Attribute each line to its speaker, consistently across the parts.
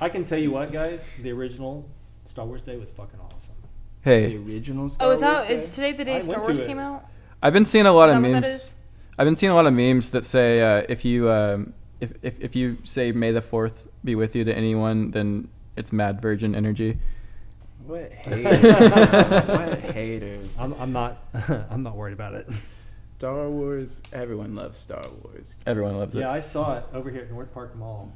Speaker 1: I can tell you what, guys, the original Star Wars Day was fucking awesome.
Speaker 2: Hey,
Speaker 3: The original Star
Speaker 4: Oh, is
Speaker 3: Wars
Speaker 4: that
Speaker 3: Day?
Speaker 4: is today the day
Speaker 1: I
Speaker 4: Star
Speaker 1: went
Speaker 4: Wars
Speaker 1: to it.
Speaker 4: came out?
Speaker 2: I've been seeing a lot
Speaker 4: Is
Speaker 2: of
Speaker 4: that what that
Speaker 2: memes.
Speaker 4: is?
Speaker 2: I've been seeing a lot of memes that say uh, if you um, if, if if you say May the Fourth be with you to anyone, then it's mad virgin energy.
Speaker 3: What haters? what haters?
Speaker 1: I'm, I'm not. I'm not worried about it.
Speaker 3: Star Wars. Everyone loves Star Wars.
Speaker 2: Everyone loves it.
Speaker 1: Yeah, I saw it over here at North Park Mall.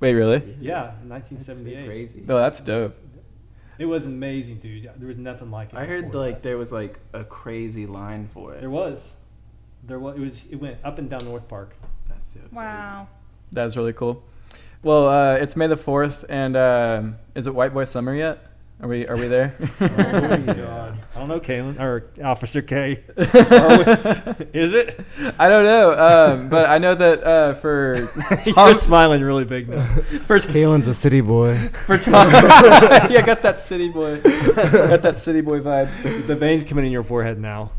Speaker 2: Wait, really?
Speaker 1: Yeah, in
Speaker 3: That's
Speaker 1: 1978.
Speaker 3: Crazy.
Speaker 2: Oh, that's dope.
Speaker 1: It was amazing, dude. There was nothing like it.
Speaker 3: I heard
Speaker 1: before
Speaker 3: like
Speaker 1: that.
Speaker 3: there was like a crazy line for it.
Speaker 1: there was, there was. It was. It went up and down North Park.
Speaker 3: That's so crazy.
Speaker 4: Wow.
Speaker 2: That's really cool. Well, uh, it's May the Fourth, and um is it White Boy Summer yet? Are we are we there?
Speaker 1: Oh,
Speaker 3: Yeah.
Speaker 1: God. I don't know, Kalen or Officer K. Are we- is it?
Speaker 2: I don't know, um, but I know that uh, for
Speaker 1: You're
Speaker 2: Tom,
Speaker 1: smiling really big now.
Speaker 2: for
Speaker 5: Kalen's a city boy.
Speaker 2: for Tom, yeah, got that city boy, got that city boy vibe.
Speaker 1: The veins coming in your forehead now.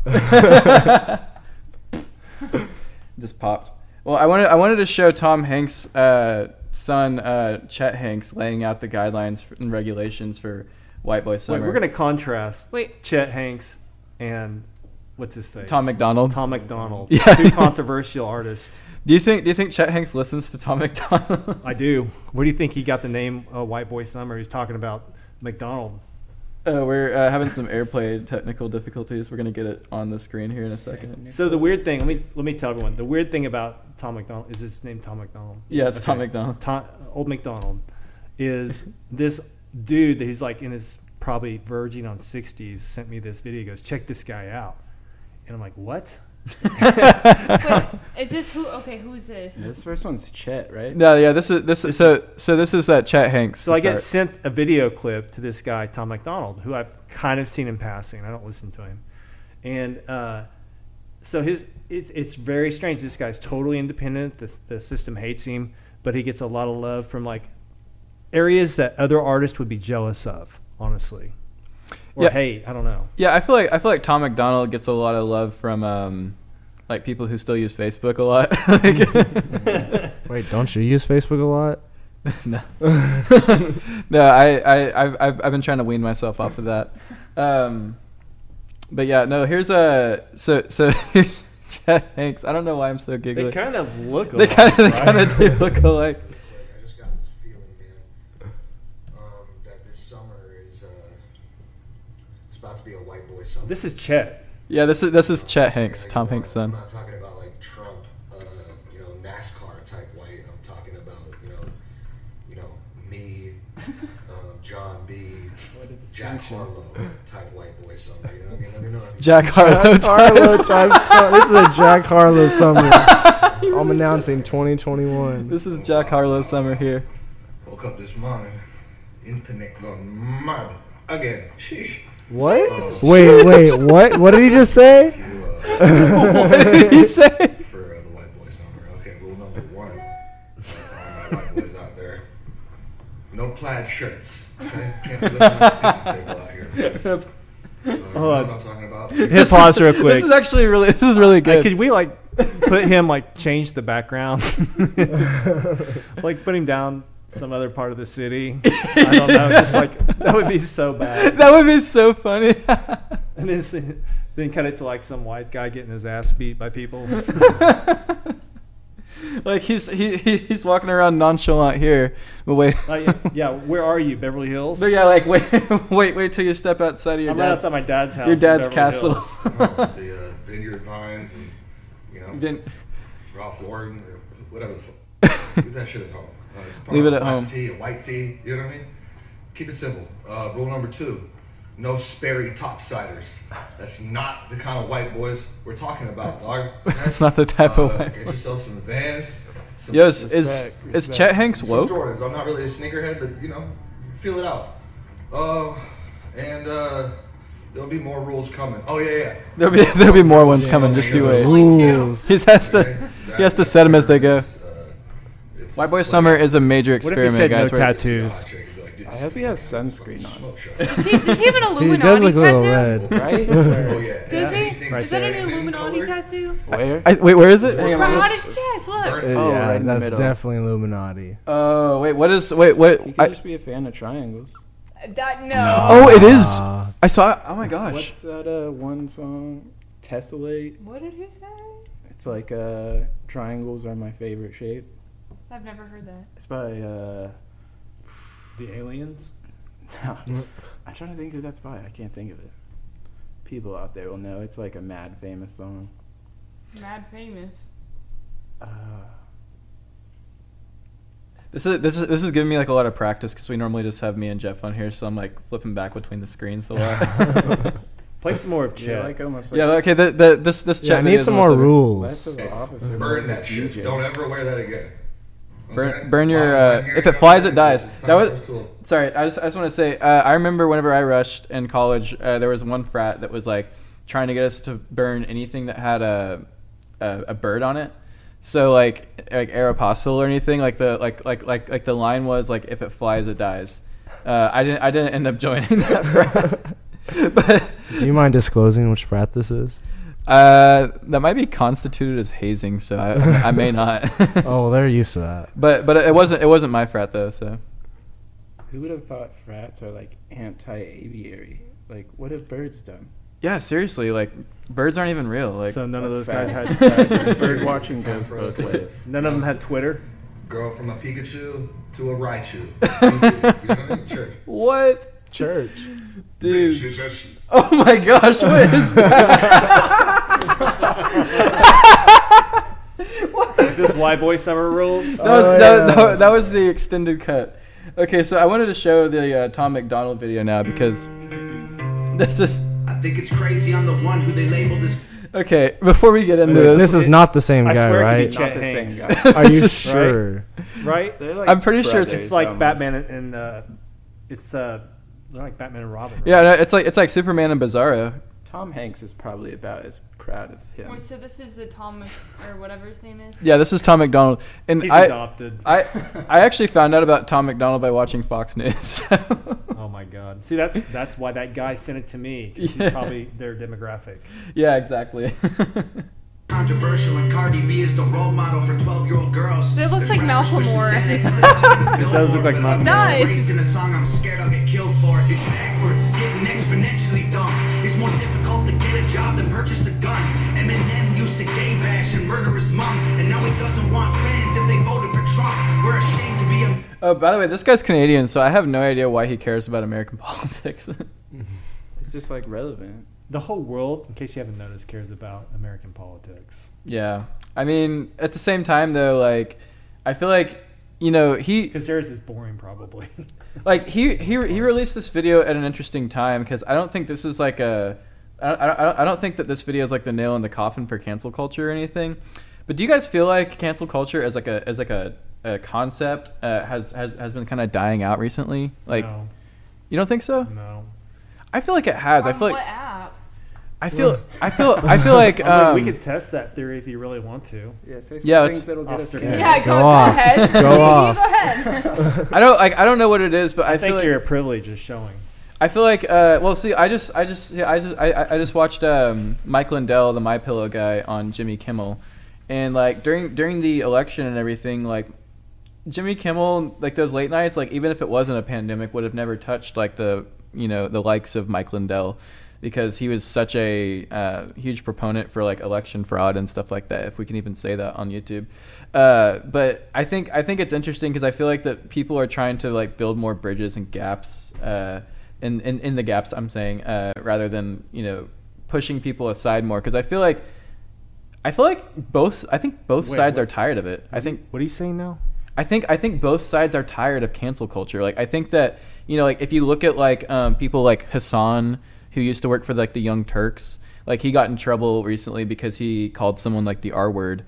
Speaker 2: Just popped. Well, I wanted I wanted to show Tom Hanks' uh, son uh, Chet Hanks laying out the guidelines and regulations for White Boy
Speaker 1: Wait,
Speaker 2: Summer.
Speaker 1: we're gonna contrast
Speaker 4: Wait,
Speaker 1: Chet Hanks and what's his face?
Speaker 2: Tom McDonald.
Speaker 1: Tom McDonald.
Speaker 2: Yeah.
Speaker 1: Two controversial artists.
Speaker 2: Do you think Do you think Chet Hanks listens to Tom McDonald?
Speaker 1: I do. Where do you think he got the name uh, White Boy Summer? He's talking about McDonald.
Speaker 2: Uh, we're uh, having some airplay technical difficulties. We're gonna get it on the screen here in a second.
Speaker 1: So the weird thing, let me let me tell everyone. The weird thing about Tom McDonald is his name Tom McDonald.
Speaker 2: Yeah, it's Tom McDonald.
Speaker 1: Tom, old McDonald is this dude that he's like in his probably verging on 60s sent me this video. He goes, check this guy out. And I'm like, what?
Speaker 4: wait, is this who? Okay, who's this?
Speaker 3: This first one's Chet, right?
Speaker 2: No, yeah, this is this. is so so this is uh, Chet Hanks.
Speaker 1: So
Speaker 2: to
Speaker 1: I get
Speaker 2: start.
Speaker 1: sent a video clip to this guy, Tom McDonald, who I've kind of seen in passing. I don't listen to him. And uh, so his it, it's very strange. This guy's totally independent. The, the system hates him, but he gets a lot of love from like areas that other artists would be jealous of, honestly. Or
Speaker 2: Yeah.
Speaker 1: hate. I don't know.
Speaker 2: Yeah, I feel like I feel like Tom McDonald gets a lot of love from um, like people who still use Facebook a lot. Like-
Speaker 5: Wait, don't you use Facebook a lot?
Speaker 2: no, no, I, I I've, I've I've been trying to wean myself off of that. Um, but yeah, no. Here's a so so here's Chet Hanks. I don't know why I'm so giggly.
Speaker 1: They kind of look.
Speaker 2: They
Speaker 1: alike,
Speaker 2: kind of they
Speaker 1: right?
Speaker 2: kind of do look alike.
Speaker 6: Like, I just got this feeling, man, um, that this summer is uh, it's about to be a white boy summer.
Speaker 1: This is Chet.
Speaker 2: Yeah, this is this is Chet
Speaker 6: Like,
Speaker 2: Hanks,
Speaker 6: I
Speaker 2: Tom
Speaker 6: don't-
Speaker 2: Hanks' son.
Speaker 6: I'm not talking about like Trump, uh, you know, NASCAR type white. I'm talking about you know, you know, me, um, John B, Jack Harlow type white boy summer. You know what I mean? Let me know. if you-
Speaker 2: Jack Harlow.
Speaker 5: Harlow type. su- this is a Jack Harlow summer. I'm announcing 2021.
Speaker 2: This is Jack Harlow summer here.
Speaker 6: Woke up this morning, internet gone mad again. Sheesh.
Speaker 5: What? Wait, wait, what? What did he just say?
Speaker 6: You, uh,
Speaker 2: what did he say?
Speaker 6: for uh, the white boys number. Okay, rule number one. That's all my white boys out there. No plaid shirts. Okay? Can't be looking at the picnic table out here. Please. Uh, you know what I'm talking about?
Speaker 1: Hit pause real quick.
Speaker 2: This is actually really this is really good.
Speaker 1: Like, could we like put him like change the background? like put him down some other part of the city. I don't know. Just like that would be so bad.
Speaker 2: that would be so funny.
Speaker 1: And then s- then cut it to like some white guy getting his ass beat by people.
Speaker 2: like he's he, he he's walking around nonchalant here. But wait.
Speaker 1: Like, Uh, yeah, where are you, Beverly Hills?
Speaker 2: But yeah, like wait wait wait till you step outside of your
Speaker 1: I'm right
Speaker 2: dad's
Speaker 1: outside my dad's house.
Speaker 2: your
Speaker 1: in
Speaker 2: dad's
Speaker 1: Beverly
Speaker 2: castle.
Speaker 1: Hills.
Speaker 6: Oh, the uh, vineyard vines and, you know,
Speaker 2: Then-
Speaker 6: Ralph Lauren or whatever the fuck. Leave that shit at home. Uh, it's part
Speaker 2: Leave
Speaker 6: of
Speaker 2: it at
Speaker 6: black
Speaker 2: home.
Speaker 6: Tea, white tea. You know what I mean? Keep it simple. Uh, rule number two: no Sperry topsiders. That's not the kind of white boys we're talking about, dog.
Speaker 2: That's not the type of white
Speaker 6: Uh, Get yourself some Vans. Some,
Speaker 2: Yo, is
Speaker 6: some
Speaker 2: is, is Chet Hanks woke?
Speaker 6: Jordans. I'm not really a sneakerhead, but you know, feel it out. Uh, and uh, there'll be more rules coming. Oh yeah, yeah.
Speaker 2: There'll be there'll be more ones coming. Just you wait.
Speaker 5: Rules.
Speaker 2: He has
Speaker 6: Okay,
Speaker 2: to
Speaker 6: that-
Speaker 2: he has to
Speaker 6: that
Speaker 2: set them as they
Speaker 6: term
Speaker 2: go.
Speaker 6: is, uh, it's- eh?
Speaker 2: White Boy Summer is a major
Speaker 1: What if he
Speaker 2: experiment,
Speaker 1: said no
Speaker 2: guys. We're-
Speaker 1: tattoos?
Speaker 6: Like, dude,
Speaker 3: I hope he has sunscreen on.
Speaker 6: Smoke shop.
Speaker 4: Is he, does he have an
Speaker 5: He
Speaker 4: Illuminati
Speaker 5: does look a little
Speaker 4: tattoo?
Speaker 5: red.
Speaker 3: Right?
Speaker 6: Oh yeah.
Speaker 4: Does he?
Speaker 6: Anything
Speaker 4: Is that an
Speaker 6: salmon
Speaker 4: Illuminati
Speaker 6: colored?
Speaker 4: tattoo?
Speaker 3: Where?
Speaker 2: I, wait, where is it? Hang on,
Speaker 4: Right
Speaker 2: let
Speaker 4: on
Speaker 2: me-
Speaker 4: his chest. Look.
Speaker 6: Burn-
Speaker 3: Oh,
Speaker 5: yeah,
Speaker 3: right in the
Speaker 5: that's
Speaker 3: middle.
Speaker 5: definitely Illuminati.
Speaker 2: Oh, wait, what is? Wait, what?
Speaker 3: He could
Speaker 2: I,
Speaker 3: just be a fan of triangles.
Speaker 4: That no.
Speaker 2: oh, it is.
Speaker 5: Uh,
Speaker 2: I saw. Oh my gosh.
Speaker 3: What's that uh, one song? Tessellate.
Speaker 4: What did he say?
Speaker 3: It's like uh, triangles are my favorite shape.
Speaker 4: I've never heard that.
Speaker 3: It's by. Uh,
Speaker 1: The aliens.
Speaker 3: I'm trying to think who that's by. I can't think of it. People out there will know. It's like a mad famous song.
Speaker 4: Mad famous.
Speaker 3: Uh,
Speaker 2: This is this is this is giving me like a lot of practice because we normally just have me and Jeff on here, so I'm like flipping back between the screens a lot.
Speaker 1: Play some more of Chet.
Speaker 3: yeah, like almost like
Speaker 2: yeah. Okay. The, the this this
Speaker 5: yeah, I
Speaker 2: chat
Speaker 5: need some more
Speaker 3: less
Speaker 5: rules.
Speaker 3: of an officer.
Speaker 6: Burn
Speaker 3: more of a
Speaker 6: that shit.
Speaker 3: DJ.
Speaker 6: Don't ever wear that again. Okay?
Speaker 2: Burn, burn your.
Speaker 6: Well,
Speaker 2: Uh,
Speaker 6: here
Speaker 2: if
Speaker 6: you
Speaker 2: it
Speaker 6: go.
Speaker 2: flies, it
Speaker 6: This
Speaker 2: dies.
Speaker 6: is
Speaker 2: That
Speaker 6: Tyler's
Speaker 2: was.
Speaker 6: tool.
Speaker 2: Sorry, I just, I just want to say uh, I remember whenever I rushed in college, uh, there was one frat that was like trying to get us to burn anything that had a a, a bird on it. So like like Aeropostale or anything like the like like like like the line was like if it flies, it dies. Uh, I didn't I didn't end up joining that frat, but
Speaker 5: Do you mind disclosing which frat this is?
Speaker 2: uh, that might be constituted as hazing, so Uh, I, I may not.
Speaker 5: Oh, well, they're used to that.
Speaker 2: but but it wasn't it wasn't my frat though. So
Speaker 3: Who would have thought frats are like anti-aviary? Like, what have birds done?
Speaker 2: yeah, seriously, like birds aren't even real. Like
Speaker 1: so none of those
Speaker 3: That's
Speaker 1: guys
Speaker 3: facts.
Speaker 1: had.
Speaker 3: Bird watching goes both ways.
Speaker 1: none of them had Twitter.
Speaker 6: Girl from a Pikachu to a Raichu. you know what I mean? Sure.
Speaker 2: what?
Speaker 5: Church.
Speaker 2: Dude.
Speaker 6: She's just-
Speaker 2: Oh my gosh, what is
Speaker 1: Is this why boy summer rules?
Speaker 2: that was
Speaker 5: Oh,
Speaker 2: that,
Speaker 5: yeah.
Speaker 2: that, that was the extended cut. Okay, so I wanted to show the uh, Tom McDonald video now because this is
Speaker 7: I think it's crazy I'm the one who they labeled as
Speaker 2: okay. Before we get into
Speaker 5: This,
Speaker 2: this,
Speaker 5: is not the same
Speaker 1: I
Speaker 5: guy,
Speaker 1: swear it
Speaker 5: right?
Speaker 1: could
Speaker 3: Not
Speaker 1: Chet
Speaker 3: the same
Speaker 1: Hanks.
Speaker 3: guy.
Speaker 5: Are you
Speaker 2: this is-
Speaker 5: sure?
Speaker 1: right?
Speaker 3: They're like
Speaker 2: I'm pretty sure it's-
Speaker 3: brothers
Speaker 1: It's like
Speaker 3: almost.
Speaker 1: Batman and, and uh, it's uh, they're like Batman and Robin. right?
Speaker 2: Yeah, no, it's like it's like Superman and Bizarro.
Speaker 3: Tom Hanks is probably about as proud of him.
Speaker 4: Wait, so this is the Thomas or whatever his name is.
Speaker 2: Yeah, this is Tom McDonald, and
Speaker 1: He's
Speaker 2: I,
Speaker 1: adopted.
Speaker 2: I I actually found out about Tom McDonald by watching Fox News.
Speaker 1: oh my god! See, that's that's why that guy sent it to me. 'cause
Speaker 2: Yeah.
Speaker 1: He's probably their demographic.
Speaker 2: yeah, exactly.
Speaker 7: controversial and Cardi B is the role model for 12 year old girls.
Speaker 4: That looks
Speaker 7: There's
Speaker 4: like
Speaker 7: rappers
Speaker 4: Malcolm
Speaker 7: pushing
Speaker 4: Moore.
Speaker 7: Xanax on the top of the
Speaker 1: It does look
Speaker 7: billboard,
Speaker 1: like
Speaker 7: but I'm
Speaker 1: Malcolm
Speaker 7: just
Speaker 4: Moore.
Speaker 7: Racing a song I'm scared I'll get killed for. It's backwards, it's getting exponentially dumb. It's more difficult to get a job than purchase a gun. Eminem used to gay bash and murder his mom, and now he doesn't want fans if they voted for Trump. We're ashamed to be a
Speaker 2: oh, by the way, this guy's Canadian, so I have no idea why he cares about American politics.
Speaker 3: It's just like relevant.
Speaker 1: The whole world, in case you haven't noticed, cares about American politics.
Speaker 2: Yeah. I mean, at the same time though, like I feel like you know, he
Speaker 1: Because theirs is boring, probably.
Speaker 2: like he he he released this video at an interesting time cuz I don't think this is like a I don't, I don't- I don't think that this video is like the nail in the coffin for cancel culture or anything. But do you guys feel like cancel culture as like a as like a, a concept uh, has has has been kind of dying out recently? Like
Speaker 1: no,
Speaker 2: you don't think so?
Speaker 1: no.
Speaker 2: I feel like it has. I
Speaker 4: On
Speaker 2: feel
Speaker 4: what
Speaker 2: like
Speaker 4: app?
Speaker 2: I feel I feel I feel like
Speaker 1: I
Speaker 2: um,
Speaker 1: mean, we could test that theory if you really want to.
Speaker 3: Yeah, say some
Speaker 2: Yeah, it's-
Speaker 3: things that'll get us
Speaker 1: Officer
Speaker 3: killed.
Speaker 4: Yeah, go,
Speaker 5: Go
Speaker 4: go
Speaker 5: off.
Speaker 4: ahead.
Speaker 5: Go
Speaker 4: You
Speaker 5: off.
Speaker 4: Go ahead.
Speaker 2: I don't like I don't know what it is, but I,
Speaker 1: I,
Speaker 2: feel
Speaker 1: think
Speaker 2: like
Speaker 1: your privilege is showing.
Speaker 2: I feel like uh, well, see, I just, I just, yeah, I just, I- I, I just watched um, Mike Lindell, the My Pillow guy, on Jimmy Kimmel, and like during during the election and everything, like Jimmy Kimmel, like those late nights, like even if it wasn't a pandemic, would have never touched like the you know the likes of Mike Lindell because he was such a uh, huge proponent for like election fraud and stuff like that. If we can even say that on YouTube, uh, but I think I think it's interesting because I feel like that people are trying to like build more bridges and gaps. Uh, in, in, in the gaps I'm saying uh, rather than you know pushing people aside more because I feel like I feel like both I think both
Speaker 1: Wait,
Speaker 2: sides
Speaker 1: what-
Speaker 2: are tired of it I think
Speaker 1: What are you saying now?
Speaker 2: I think I think both sides are tired of cancel culture. Like I think that you know, like if you look at like um, people like Hassan, who used to work for like the Young Turks, like he got in trouble recently because he called someone like the R word.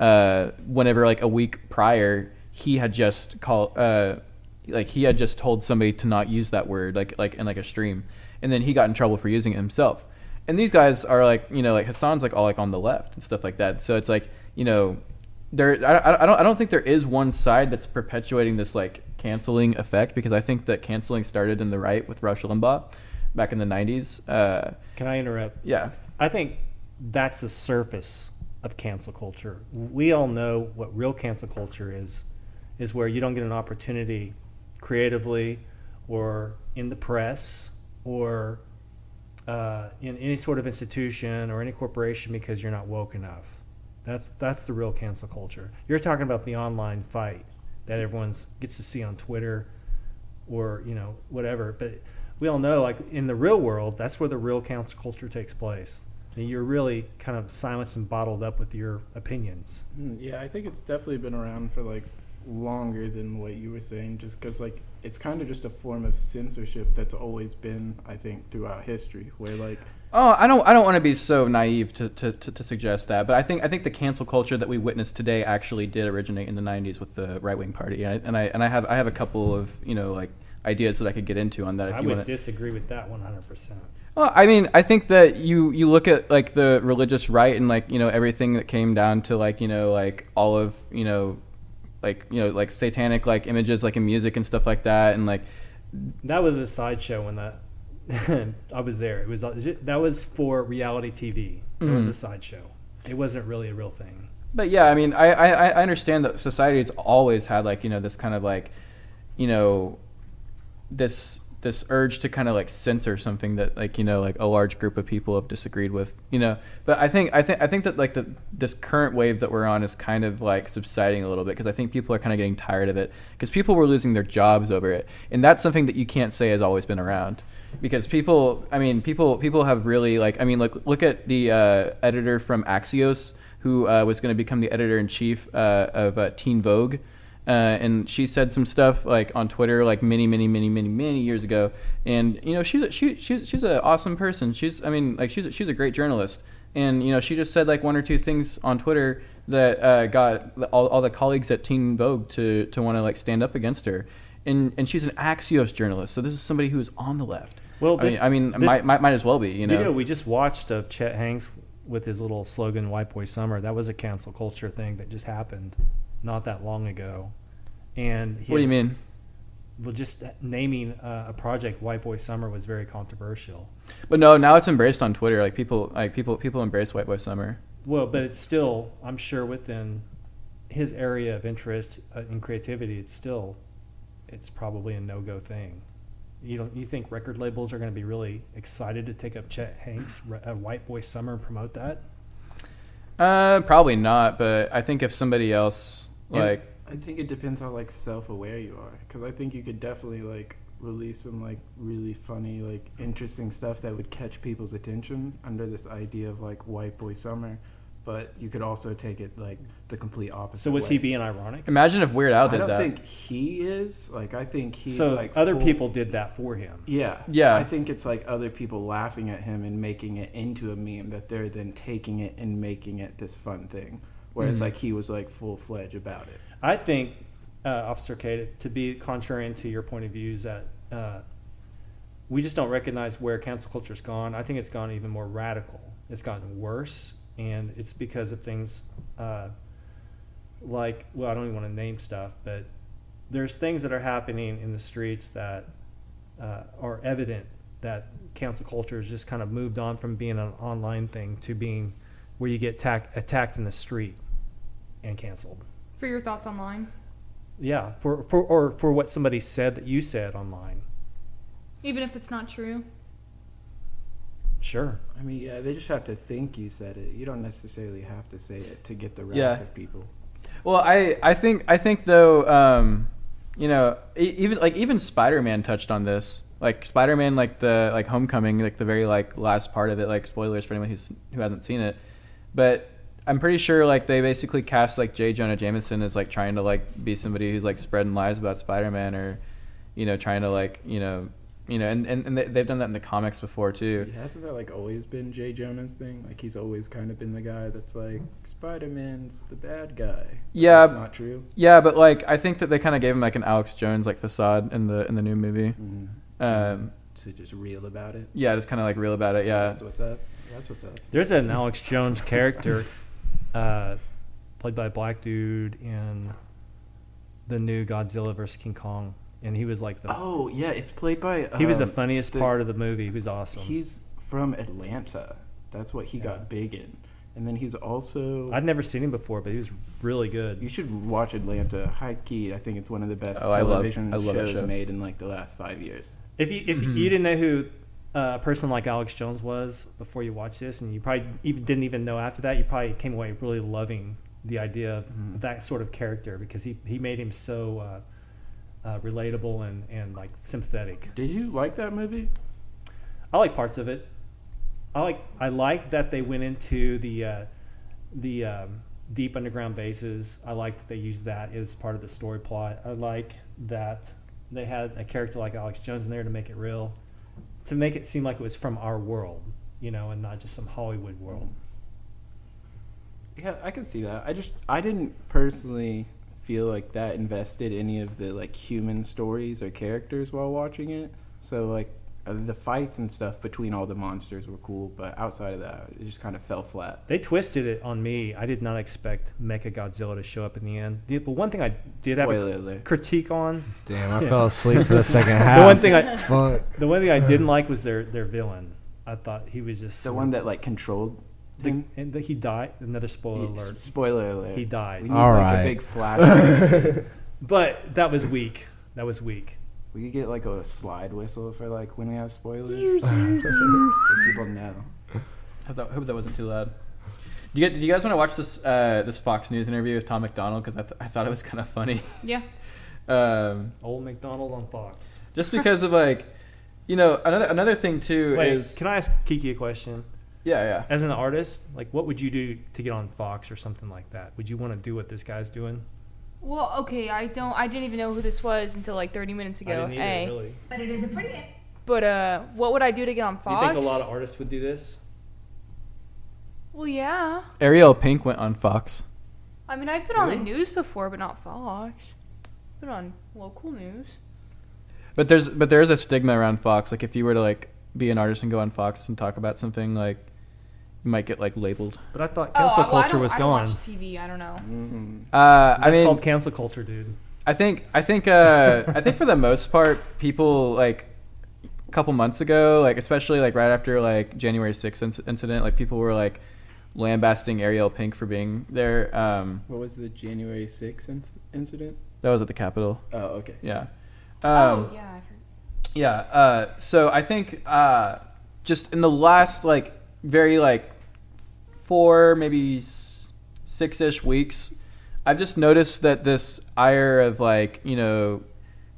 Speaker 2: Uh, whenever like a week prior, he had just called, uh, like he had just told somebody to not use that word, like like in like a stream, and then he got in trouble for using it himself. And these guys are like, you know, like Hassan's like all like on the left and stuff like that. So it's like, you know, there I, I- I don't I don't think there is one side that's perpetuating this like canceling effect because I think that canceling started in the right with Rush Limbaugh back in the 90s. Uh,
Speaker 1: Can I interrupt?
Speaker 2: yeah.
Speaker 1: I think that's the surface of cancel culture. We all know what real cancel culture is, is where you don't get an opportunity creatively or in the press or uh, in any sort of institution or any corporation because you're not woke enough. That's that's the real cancel culture. You're talking about the online fight that everyone gets to see on Twitter or you know whatever. But we all know, like in the real world, that's where the real cancel culture takes place. And you're really kind of silenced and bottled up with your opinions.
Speaker 3: Hmm, Yeah, I think it's definitely been around for like longer than what you were saying, just because like it's kind of just a form of censorship that's always been, I think, throughout history, where like
Speaker 2: Oh, I don't. I don't want to be so naive to, to, to, to suggest that, but I think I think the cancel culture that we witness today actually did originate in the '90s with the right wing party, and I, and I and I have I have a couple of you know like ideas that I could get into on that. If
Speaker 1: I
Speaker 2: you
Speaker 1: would
Speaker 2: want to.
Speaker 1: disagree with that 100%.
Speaker 2: Well, I mean, I think that you you look at like the religious right and like you know everything that came down to like you know like all of you know like you know like satanic like images like in music and stuff like that, and like
Speaker 1: That was a sideshow when that I was there. It was uh, that was for reality TV. It was
Speaker 2: Mm-hmm.
Speaker 1: a sideshow. It wasn't really a real thing.
Speaker 2: But yeah, I mean, I, I, I understand that society's always had like you know this kind of like, you know, this this urge to kind of like censor something that like you know like a large group of people have disagreed with you know but i think i think i think that like the this current wave that we're on is kind of like subsiding a little bit because i think people are kind of getting tired of it because people were losing their jobs over it and that's something that you can't say has always been around because people i mean people people have really like i mean look look at the uh, editor from axios who uh, was going to become the editor in chief uh, of uh, teen vogue uh, and she said some stuff like on Twitter, like many, many, many, many, many years ago. And you know, she's a, she, she's she's an awesome person. She's I mean, like she's a, she's a great journalist. And you know, she just said like one or two things on Twitter that uh, got all, all the colleagues at Teen Vogue to to want to like stand up against her. And and she's an Axios journalist, so this is somebody who is on the left.
Speaker 1: Well,
Speaker 2: I mean-
Speaker 1: this-
Speaker 2: I mean,
Speaker 1: this-
Speaker 2: might, might might as well be. You know,
Speaker 1: You know, we just watched of Chet Hanks with his little slogan "White Boy Summer." That was a cancel culture thing that just happened not that long ago. And he
Speaker 2: what do you mean?
Speaker 1: Well, just naming uh, a project "White Boy Summer" was very controversial.
Speaker 2: But no, now it's embraced on Twitter. Like people, like people, people embrace White Boy Summer.
Speaker 1: Well, but it's still, I'm sure, within his area of interest uh, in creativity, it's still, it's probably a no-go thing. You don't, you think record labels are going to be really excited to take up Chet Hanks' re- uh, "White Boy Summer" and promote that?
Speaker 2: Uh, probably not. But I think if somebody else
Speaker 1: And-
Speaker 2: like.
Speaker 3: I think it depends how like self-aware you are, because I think you could definitely like release some like really funny, like interesting stuff that would catch people's attention under this idea of like white boy summer, but you could also take it like the complete opposite.
Speaker 1: So was
Speaker 3: way.
Speaker 1: he being ironic?
Speaker 2: Imagine if Weird Al
Speaker 3: I
Speaker 2: did
Speaker 3: don't
Speaker 2: that.
Speaker 3: think he is. Like I think he's
Speaker 1: so
Speaker 3: like
Speaker 1: other
Speaker 3: full-
Speaker 1: people did that for him.
Speaker 3: Yeah.
Speaker 2: Yeah.
Speaker 3: I think it's like other people laughing at him and making it into a meme that they're then taking it and making it this fun thing. Whereas
Speaker 1: Mm-hmm.
Speaker 3: like he was like full fledged about it.
Speaker 1: I think, uh, Officer K, to be contrarian to your point of view, is that uh, we just don't recognize where cancel culture's gone. I think it's gone even more radical. It's gotten worse, and it's because of things uh, like, well, I don't even want to name stuff, but there's things that are happening in the streets that uh, are evident that cancel culture has just kind of moved on from being an online thing to being where you get tack- attacked in the street and canceled.
Speaker 4: For your thoughts online,
Speaker 1: Yeah, for, for or for what somebody said that you said online.
Speaker 4: even if it's not true.
Speaker 1: Sure.
Speaker 3: I mean, yeah, they just have to think you said it. You don't necessarily have to say it to get the wrath
Speaker 2: Yeah.
Speaker 3: of people.
Speaker 2: well, I, I think I think though, um, you know, e- even like even Spider Man touched on this. Like Spider Man, like the like Homecoming, like the very like last part of it. Like spoilers for anyone who's who hasn't seen it, but I'm pretty sure like they basically cast like J Jonah Jameson as like trying to like be somebody who's like spreading lies about Spider Man or, you know, trying to like you know. You know, and, and, and they- they've done that in the comics before too.
Speaker 3: Hasn't that like always been Jay Jonah's thing? Like he's always kind of been the guy that's like Spider Man's the bad guy. But
Speaker 2: Yeah.
Speaker 3: that's not true.
Speaker 2: Yeah, but like I think that they kind of gave him like an Alex Jones like facade in the in the new movie. Um,
Speaker 3: To just reel about it.
Speaker 2: yeah, just kind of like real about it. Yeah,
Speaker 3: That's what's up. That's what's up.
Speaker 1: There's an Alex Jones character uh, played by a black dude in the new Godzilla vs King Kong, and he was like the
Speaker 3: Oh yeah, it's played by. Um,
Speaker 1: he was the funniest
Speaker 3: the-
Speaker 1: part of the movie. He was awesome.
Speaker 3: He's from Atlanta. That's what he got big in, and then he's also.
Speaker 1: I'd never seen him before, but he was really
Speaker 3: you
Speaker 1: good.
Speaker 3: should watch Atlanta. High key, I think it's one of the best
Speaker 2: Oh, I love-
Speaker 3: television
Speaker 2: I love that
Speaker 3: shows
Speaker 2: show.
Speaker 3: made in like the last five years.
Speaker 1: If you if you didn't know who uh, a person like Alex Jones was before you watched this, and you probably even didn't even know after that, you probably came away really loving the idea of that sort of character because he, he made him so uh, uh, relatable and, and like sympathetic.
Speaker 3: Did you like that movie?
Speaker 1: I like parts of it. I like I like that they went into the uh, the um, deep underground bases. I like that they used that as part of the story plot. I like that they had a character like Alex Jones in there to make it real, to make it seem like it was from our world, you know, and not just some Hollywood world.
Speaker 3: Yeah, I can see that. I just I didn't personally feel like that invested any of the like human stories or characters while watching it. So like uh, the fights and stuff between all the monsters were cool, but outside of that, it just kind of fell flat.
Speaker 1: They twisted it on me. I did not expect Mecha Godzilla to show up in the end. The, but one thing I did have
Speaker 3: Spoiler
Speaker 1: a
Speaker 3: alert.
Speaker 1: critique on
Speaker 5: Damn, I fell asleep for the second half.
Speaker 1: the one thing I
Speaker 5: Fuck.
Speaker 1: the one thing I didn't like was their their villain. I thought he was just
Speaker 3: The one that like controlled
Speaker 1: The,
Speaker 3: him.
Speaker 1: and the, he died. Another spoiler
Speaker 3: Yeah,
Speaker 1: alert.
Speaker 3: s- Spoiler alert.
Speaker 1: He died.
Speaker 3: We need
Speaker 5: All
Speaker 3: like
Speaker 5: right.
Speaker 3: a big flash.
Speaker 1: But that was weak. That was weak.
Speaker 3: we could get like a slide whistle for like when we have spoilers. so people know.
Speaker 2: Hope that, hope that wasn't too loud. Do you, get, do you guys want to watch this uh, this Fox News interview with Tom McDonald? Because I, th- I thought it was kind of funny.
Speaker 4: Yeah.
Speaker 2: Um,
Speaker 1: Old McDonald on Fox.
Speaker 2: just because of like, you know, another another thing too
Speaker 1: Wait,
Speaker 2: is
Speaker 1: can I ask Kiki a question?
Speaker 2: yeah yeah.
Speaker 1: As an artist, like, what would you do to get on Fox or something like that? Would you want to do what this guy's doing?
Speaker 4: Well, okay. I don't. I didn't even know who this was until like 30 minutes ago.
Speaker 1: I didn't either,
Speaker 4: eh?
Speaker 1: really.
Speaker 8: But it is a pretty.
Speaker 4: But uh, what would I do to get on
Speaker 1: Do you
Speaker 4: Fox?
Speaker 1: think a lot of artists would do this?
Speaker 4: well, yeah.
Speaker 2: Ariel Pink went on Fox.
Speaker 4: I mean, I've been on the news before, but not Fox. Been on local news.
Speaker 2: But there's but there is a stigma around Fox. Like if you were to like be an artist and go on Fox and talk about something, like you might get like labeled.
Speaker 1: But I thought
Speaker 4: Oh,
Speaker 1: cancel
Speaker 4: well, I
Speaker 1: culture
Speaker 4: don't,
Speaker 1: was
Speaker 4: I don't
Speaker 1: gone.
Speaker 4: watch TV. I don't know.
Speaker 1: Mm.
Speaker 2: Uh, I
Speaker 1: That's
Speaker 2: mean,
Speaker 1: called cancel culture, dude.
Speaker 2: I think I think uh, I think for the most part, people like a couple months ago, like especially like right after like January sixth inc- incident, like people were like lambasting Ariel Pink for being there. Um,
Speaker 3: What was the January 6th inc- incident?
Speaker 2: that was at the Capitol.
Speaker 3: Oh, okay.
Speaker 2: Yeah. Um,
Speaker 4: oh yeah. I forgot.
Speaker 2: Yeah. Uh, so I think uh, just in the last like very like four maybe six ish weeks, I've just noticed that this ire of like you know,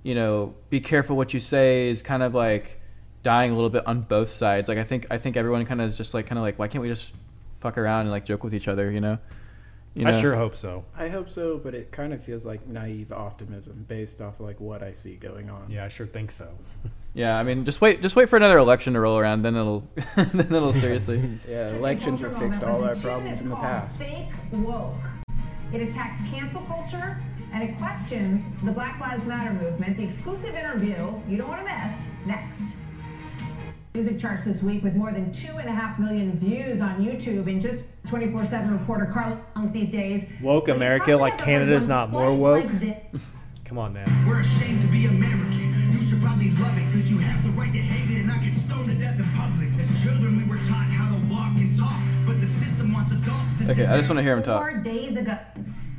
Speaker 2: you know, be careful what you say is kind of like dying a little bit on both sides. Like I think I think everyone kind of is just like kind of like why can't we just fuck around and like joke with each other? You know. You
Speaker 1: I sure hope so.
Speaker 3: I hope so, but it kind of feels like naive optimism based off like what I see going on.
Speaker 1: Yeah, I sure think so.
Speaker 2: Yeah, I mean, just wait, just wait for another election to roll around, then it'll, then it'll seriously.
Speaker 3: Yeah, elections have fixed all our problems in the past.
Speaker 8: Fake woke. It attacks cancel culture and it questions the Black Lives Matter movement. The exclusive interview you don't want to miss next. Music charts this week with more than two and a half million views on YouTube and just 24/7 reporter Carl Lungs these days.
Speaker 1: Woke
Speaker 8: When you
Speaker 1: America,
Speaker 8: talk
Speaker 1: like
Speaker 8: about
Speaker 1: Canada's
Speaker 8: someone
Speaker 1: not more
Speaker 8: like
Speaker 1: woke?
Speaker 8: this-
Speaker 1: Come on, man.
Speaker 7: We're ashamed to be American. You should probably love it, cause you have the right to hate it and not get stoned to death in public. As children, we were taught how to walk and talk, but the system wants adults to
Speaker 2: Okay, I just want to hear him talk.
Speaker 8: Four days ago,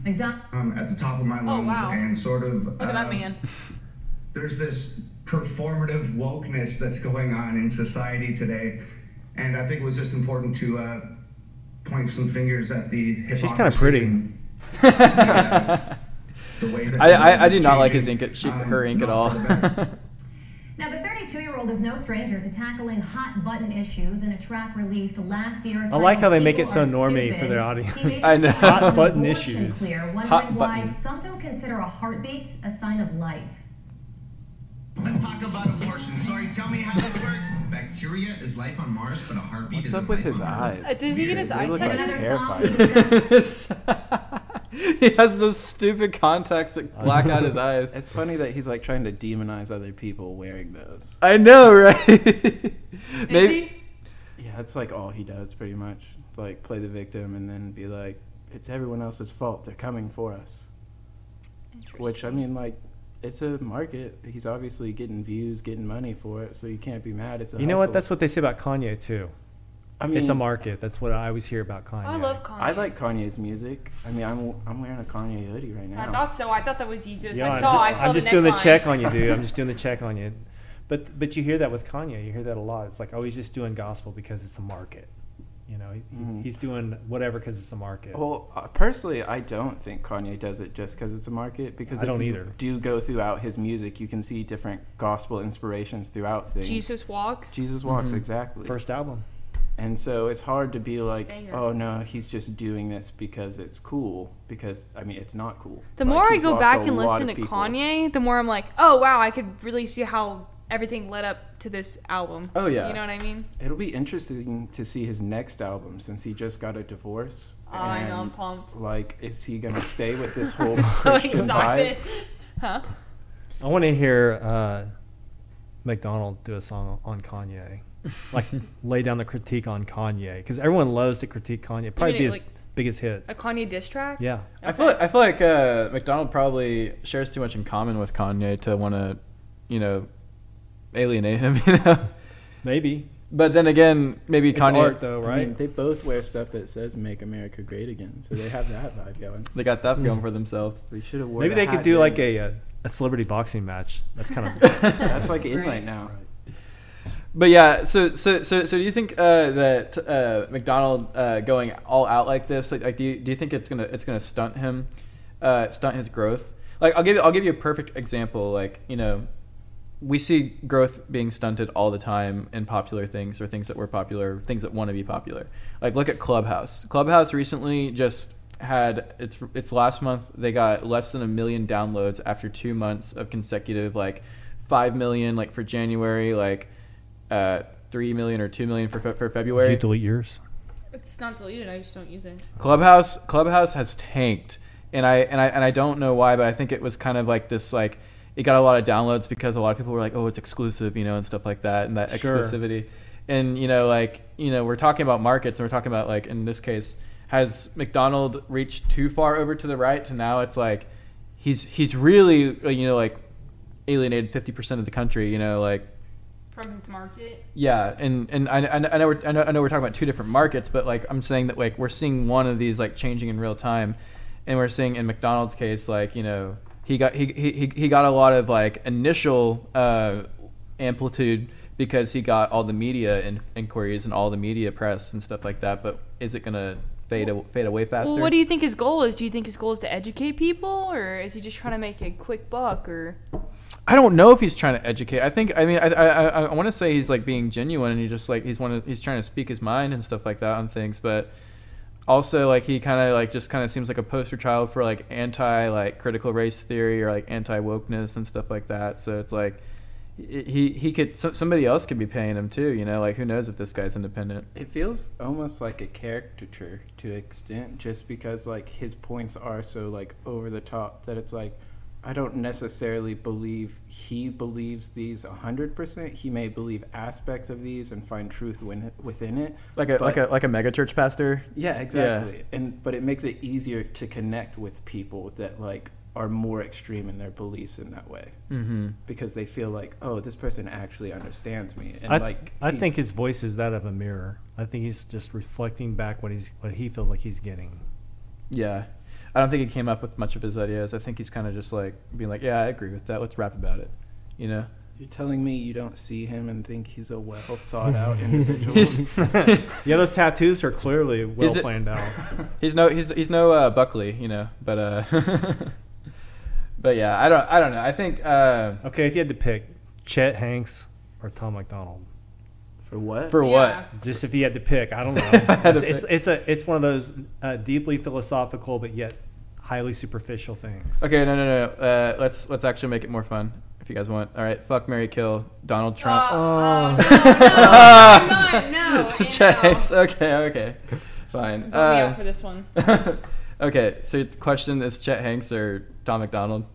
Speaker 8: McDonald's.
Speaker 9: um, at the top of my lungs
Speaker 4: Oh, wow.
Speaker 9: and sort of
Speaker 4: Look at that
Speaker 9: um,
Speaker 4: man.
Speaker 9: there's this performative wokeness that's going on in society today and i think it was just important to uh, point some fingers at the
Speaker 1: She's
Speaker 9: hypocrisy
Speaker 1: kinda pretty.
Speaker 9: and, uh, the way that
Speaker 2: I, I, I
Speaker 9: is
Speaker 2: do not like his ink,
Speaker 9: changing,
Speaker 2: at- she,
Speaker 9: um,
Speaker 2: her ink at
Speaker 9: not
Speaker 2: all.
Speaker 9: for the better.
Speaker 8: Now, the 32 year old is no stranger to tackling hot button issues in a track released last year.
Speaker 1: I like how they make
Speaker 8: titled
Speaker 1: it so
Speaker 8: People Are
Speaker 1: normy
Speaker 8: Stupid.
Speaker 1: for their audience.
Speaker 8: He made
Speaker 2: I know.
Speaker 8: statement
Speaker 1: Hot
Speaker 8: on
Speaker 1: button
Speaker 8: abortion
Speaker 1: issues.
Speaker 8: Clear, wondering
Speaker 2: Hot
Speaker 8: why
Speaker 2: button.
Speaker 8: some don't consider a heartbeat a sign of life.
Speaker 7: Let's talk about abortion. Sorry, tell me how this works. Bacteria is life on Mars, but a heartbeat
Speaker 3: What's
Speaker 7: isn't
Speaker 3: up with
Speaker 7: life
Speaker 3: his
Speaker 7: on Earth.
Speaker 4: Uh,
Speaker 3: eyes?
Speaker 4: did he get his
Speaker 3: They
Speaker 4: eyes
Speaker 3: look
Speaker 8: Like
Speaker 4: taken
Speaker 3: like
Speaker 4: out?
Speaker 8: another
Speaker 3: terrified.
Speaker 8: song, he discussed
Speaker 2: he has those stupid contacts that black out his eyes.
Speaker 3: It's funny that he's like trying to demonize other people wearing those.
Speaker 2: I know, right?
Speaker 4: Is he?
Speaker 3: Yeah, that's like all he does pretty much. It's like play the victim and then be like, it's everyone else's fault. They're coming for us. Which I mean, like, it's a market. He's obviously getting views, getting money for it, so you can't be mad. It's a
Speaker 1: You know what?
Speaker 3: hustle.
Speaker 1: That's what they say about Kanye too.
Speaker 3: I mean,
Speaker 1: it's a market. That's what I always hear about Kanye.
Speaker 4: I love Kanye.
Speaker 3: I like Kanye's music. I mean, I'm I'm wearing a Kanye hoodie right
Speaker 4: I
Speaker 3: now.
Speaker 4: thought so. I thought that was Jesus.
Speaker 1: Yeah,
Speaker 4: I
Speaker 1: I'm
Speaker 4: saw.
Speaker 1: ju-
Speaker 4: I saw
Speaker 1: I'm
Speaker 4: the
Speaker 1: just doing the
Speaker 4: neckline.
Speaker 1: check on you, dude. I'm just doing the check on you. But but you hear that with Kanye. You hear that a lot. It's like, oh, he's just doing gospel because it's a market. You know, he, he-
Speaker 3: Mhm.
Speaker 1: he's doing whatever because it's a market.
Speaker 3: Well, uh, personally, I don't think Kanye does it just because it's a market. Because
Speaker 1: I
Speaker 3: if
Speaker 1: don't
Speaker 3: you
Speaker 1: either.
Speaker 3: Do go throughout his music, you can see different gospel inspirations throughout things.
Speaker 4: Jesus walks.
Speaker 3: Jesus walks
Speaker 1: Mm-hmm.
Speaker 3: exactly.
Speaker 1: First album.
Speaker 3: And so it's hard to be like,
Speaker 4: Banger.
Speaker 3: oh no, he's just doing this because it's cool. Because I mean, it's not cool.
Speaker 4: The
Speaker 3: Like,
Speaker 4: more I
Speaker 3: he's
Speaker 4: go
Speaker 3: lost
Speaker 4: back
Speaker 3: a
Speaker 4: and
Speaker 3: lot
Speaker 4: listen to
Speaker 3: of people.
Speaker 4: Kanye, the more I'm like, oh wow, I could really see how everything led up to this album.
Speaker 2: Oh, yeah.
Speaker 4: You know what I mean?
Speaker 3: it'll be interesting to see his next album since he just got a divorce.
Speaker 4: Oh, I know. I'm
Speaker 3: and,
Speaker 4: pumped.
Speaker 3: Like, is he gonna stay with this whole
Speaker 4: So
Speaker 3: Christian vibe?
Speaker 4: excited. Huh?
Speaker 1: I want to hear uh, McDonald do a song on Kanye, like lay down the critique on Kanye because everyone loves to critique Kanye. Probably
Speaker 4: mean
Speaker 1: be
Speaker 4: it,
Speaker 1: his
Speaker 4: like-
Speaker 1: biggest hit.
Speaker 4: A Kanye diss track?
Speaker 1: Yeah.
Speaker 2: I feel I feel like uh, McDonald probably shares too much in common with Kanye to want to, you know, alienate him. You know,
Speaker 1: Maybe.
Speaker 2: but then again, maybe
Speaker 1: It's
Speaker 2: Kanye
Speaker 1: art though,
Speaker 3: I
Speaker 1: right?
Speaker 3: mean, they both wear stuff that says "Make America Great Again," so they have that vibe going.
Speaker 2: they got
Speaker 3: Hmm.
Speaker 2: that going for themselves.
Speaker 3: They should have worn.
Speaker 1: Maybe
Speaker 3: a
Speaker 1: they could
Speaker 3: hat
Speaker 1: do
Speaker 3: then.
Speaker 1: like a, a a celebrity boxing match. That's kind of
Speaker 3: That's like in
Speaker 4: Right.
Speaker 3: right now.
Speaker 2: But yeah, so so so so do you think uh, that uh, McDonald uh, going all out like this, like, like do you, do you think it's gonna it's gonna stunt him, uh, stunt his growth? Like I'll give you, I'll give you a perfect example. Like you know, we see growth being stunted all the time in popular things or things that were popular, things that want to be popular. Like look at Clubhouse. Clubhouse recently just had its its last month they got less than a million downloads after 2 months of consecutive like 5 million like for January, like uh 3 million or 2 million for Fe- for
Speaker 1: Did
Speaker 2: February.
Speaker 1: you delete yours?
Speaker 4: It's not deleted. I just don't use it.
Speaker 2: Clubhouse Clubhouse has tanked, and I and I and I don't know why, but I think it was kind of like this like it got a lot of downloads because a lot of people were like, oh, it's exclusive, you know, and stuff like that, and that
Speaker 1: Sure.
Speaker 2: exclusivity, and you know, like you know, we're talking about markets, and we're talking about like in this case, has McDonald reached too far over to the right to now it's like he's he's really uh, you know like alienated fifty percent of the country, you know, like
Speaker 4: From his market.
Speaker 2: yeah, and and I, I I know we're, I know I know we're talking about two different markets, but like I'm saying that like we're seeing one of these like changing in real time, and we're seeing in McDonald's case like you know he got he he he- he got a lot of like initial uh, amplitude because he got all the media in, inquiries and all the media press and stuff like that. But is it gonna fade a, fade away faster?
Speaker 4: Well, what do you think his goal is? Do you think his goal is to educate people, or is he just trying to make a quick buck? Or
Speaker 2: I don't know if he's trying to educate. I think I mean I I, I, I want to say he's like being genuine and he just like he's one of, he's trying to speak his mind and stuff like that on things, but also like he kind of like just kind of seems like a poster child for like anti like critical race theory or like anti wokeness and stuff like that. So it's like he- he he could so, somebody else could be paying him too. You know, like who knows if this guy's independent.
Speaker 3: It feels almost like a caricature to an extent, just because like his points are so like over the top that it's like I don't necessarily believe he believes these hundred percent. He may believe aspects of these and find truth win- within it.
Speaker 2: Like a
Speaker 3: but-
Speaker 2: like a like a megachurch pastor.
Speaker 3: yeah, exactly. And but it makes it easier to connect with people that like are more extreme in their beliefs in that way
Speaker 2: Mm-hmm.
Speaker 3: because they feel like oh this person actually understands me and
Speaker 1: I,
Speaker 3: like
Speaker 1: I
Speaker 3: he's-
Speaker 1: think his voice is that of a mirror. I think he's just reflecting back what he's what he feels like he's getting.
Speaker 2: Yeah. I don't think he came up with much of his ideas. I think he's kind of just like being like, yeah, I agree with that. Let's rap about it. You know.
Speaker 3: You're telling me you don't see him and think he's a well thought out individual?
Speaker 2: He's,
Speaker 1: Yeah, those tattoos are clearly well
Speaker 2: the-
Speaker 1: planned out.
Speaker 2: he's no he's he's no uh, Buckley, you know. But uh, but yeah, I don't I don't know. I think uh,
Speaker 1: Okay, if you had to pick Chet Hanks or Tom McDonald,
Speaker 3: For what?
Speaker 2: for
Speaker 4: Yeah.
Speaker 2: what
Speaker 1: just if you had to pick, I don't know.
Speaker 2: had
Speaker 1: it's,
Speaker 2: to
Speaker 1: it's it's a it's one of those uh, deeply philosophical but yet highly superficial things.
Speaker 2: Okay, no, no, no. Uh, let's let's actually make it more fun if you guys want. All right, fuck Mary Kill, Donald Trump.
Speaker 4: Oh, no, no, no, no,
Speaker 2: Chet
Speaker 4: no.
Speaker 2: Hanks. Okay, okay, fine.
Speaker 4: Vote me out
Speaker 2: Uh,
Speaker 4: for this one.
Speaker 2: okay, so the question is Chet Hanks or Tom McDonald?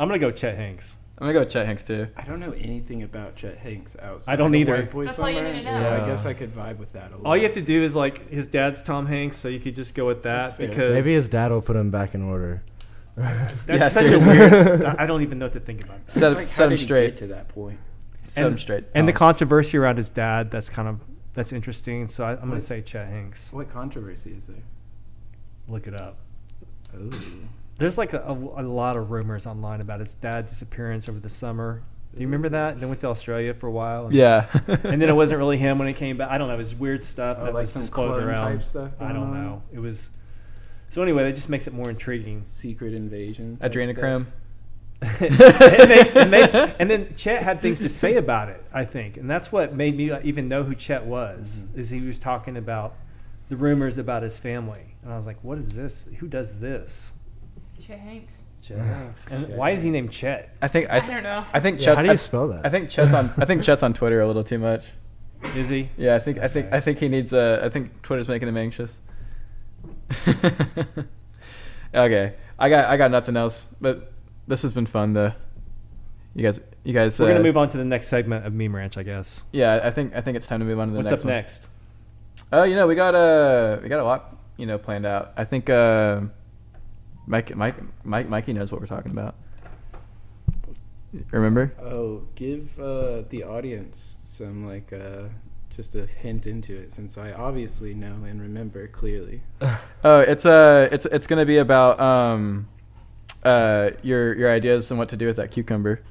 Speaker 1: I'm gonna go Chet Hanks.
Speaker 2: I'm gonna go with Chet Hanks too.
Speaker 3: I don't know anything about Chet Hanks outside.
Speaker 1: I don't
Speaker 3: of
Speaker 1: either.
Speaker 3: White Boy
Speaker 4: That's all you
Speaker 3: Summer,
Speaker 4: need to
Speaker 3: so
Speaker 1: know.
Speaker 3: I guess I could vibe with that a little.
Speaker 1: All you have to do is like his dad's Tom Hanks, so you could just go with that
Speaker 3: That's fair.
Speaker 1: because
Speaker 5: Maybe his dad will put him back in order.
Speaker 1: That's
Speaker 2: Yeah,
Speaker 1: such
Speaker 2: seriously.
Speaker 1: a weird. I I don't even know what to think about. That.
Speaker 2: Set,
Speaker 10: It's like, how
Speaker 2: set him
Speaker 10: did he
Speaker 2: straight.
Speaker 10: get to that point.
Speaker 2: Set him straight.
Speaker 1: And the
Speaker 2: Oh.
Speaker 1: controversy around his dad. That's kind of that's interesting. So I, I'm going to say Chet Hanks.
Speaker 3: What controversy is there?
Speaker 1: Look it up.
Speaker 3: Oh,
Speaker 1: There's like a, a, a lot of rumors online about his dad's disappearance over the summer. Do you remember that? They went to Australia for a while. And,
Speaker 2: yeah.
Speaker 1: And then it wasn't really him when it came back. I don't know. It was weird stuff
Speaker 3: Oh,
Speaker 1: that
Speaker 3: like
Speaker 1: was
Speaker 3: some
Speaker 1: just floating
Speaker 3: clone
Speaker 1: around.
Speaker 3: type stuff
Speaker 1: I
Speaker 3: going
Speaker 1: don't
Speaker 3: on?
Speaker 1: know. It was. So anyway, that just makes it more intriguing.
Speaker 10: Secret invasion. type
Speaker 2: adrenochrome.
Speaker 10: stuff.
Speaker 1: it makes, it makes, and then Chet had things to say about it, I think, and that's what made me even know who Chet was.
Speaker 2: Mm-hmm.
Speaker 1: Is he was talking about the rumors about his family, and I was like, "What is this? Who does this?"
Speaker 4: Chet Hanks.
Speaker 1: Chet. And why is he named Chet?
Speaker 2: I think I,
Speaker 4: I
Speaker 2: th-
Speaker 4: don't know.
Speaker 2: I think
Speaker 5: Yeah,
Speaker 2: Chet,
Speaker 5: how do you
Speaker 2: I-
Speaker 5: spell that?
Speaker 2: I think Chet's on. I think Chet's on Twitter a little too much.
Speaker 1: Is he?
Speaker 2: Yeah, I think I think I think he needs a. I think Twitter's making him anxious. okay, I got I got nothing else. But this has been fun though. You guys, you guys.
Speaker 1: We're
Speaker 2: uh,
Speaker 1: gonna move on to the next segment of Meme Ranch, I guess.
Speaker 2: Yeah, I think I think it's time to move on to the
Speaker 1: What's
Speaker 2: next
Speaker 1: up
Speaker 2: one.
Speaker 1: next?
Speaker 2: Oh, you know, we got a uh, we got a lot, you know, planned out. I think uh, Mike Mike Mike Mikey knows what we're talking about. Remember?
Speaker 3: oh give uh, the audience some like uh, just a hint into it, since I obviously know and remember clearly.
Speaker 2: Oh, it's uh, it's it's gonna be about um, uh, your your ideas and what to do with that cucumber.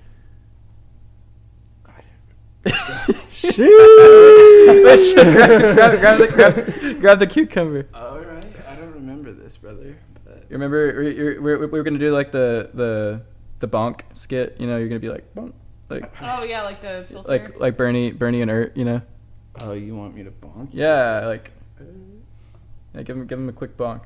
Speaker 2: grab, grab, the, grab, grab the cucumber.
Speaker 3: All right, I don't remember this, brother. But
Speaker 2: You remember we- we we we were gonna do like the the the bonk skit. You know, you're gonna be like bonk, like
Speaker 4: Oh yeah, like the filter.
Speaker 2: like like Bernie Bernie and Ert. You know,
Speaker 3: oh, you want me to bonk? you? Uh,
Speaker 2: yeah, like yeah, give him give him a quick bonk.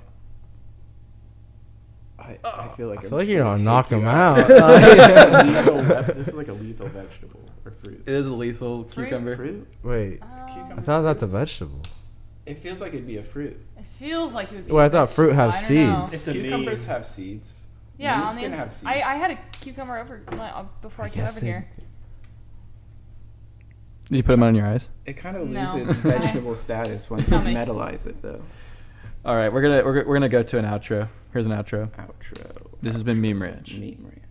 Speaker 3: I, I feel like
Speaker 5: I
Speaker 3: I'm
Speaker 5: feel like
Speaker 3: just
Speaker 5: you're
Speaker 3: gonna
Speaker 5: gonna
Speaker 3: take
Speaker 5: knock him
Speaker 3: you
Speaker 5: out.
Speaker 3: Lethal wep- this is like a lethal vegetable or fruit.
Speaker 2: It is a lethal cucumber.
Speaker 3: Fruit?
Speaker 5: Wait,
Speaker 4: Um,
Speaker 5: I thought that's a vegetable.
Speaker 3: It feels like it'd be a fruit.
Speaker 4: it feels like it would be.
Speaker 5: Well, I thought fruit have
Speaker 4: I don't know.
Speaker 5: seeds.
Speaker 1: It's a
Speaker 3: Cucumbers
Speaker 1: meme.
Speaker 3: have seeds.
Speaker 4: Yeah,
Speaker 3: Leaves
Speaker 4: on the
Speaker 3: can
Speaker 4: ins-
Speaker 3: have seeds.
Speaker 4: I, I had a cucumber over my, uh, before I, came
Speaker 5: guess
Speaker 4: over
Speaker 5: they-
Speaker 4: here.
Speaker 2: Did you put him on your eyes?
Speaker 3: It kind of
Speaker 4: No.
Speaker 3: loses vegetable status once you
Speaker 4: Stomach.
Speaker 3: metalize it, though.
Speaker 2: All right, we're gonna we're, gonna- we're gonna go to an outro. Here's an outro.
Speaker 3: Outro.
Speaker 2: This has been Meme Ranch.
Speaker 3: Meat ranch.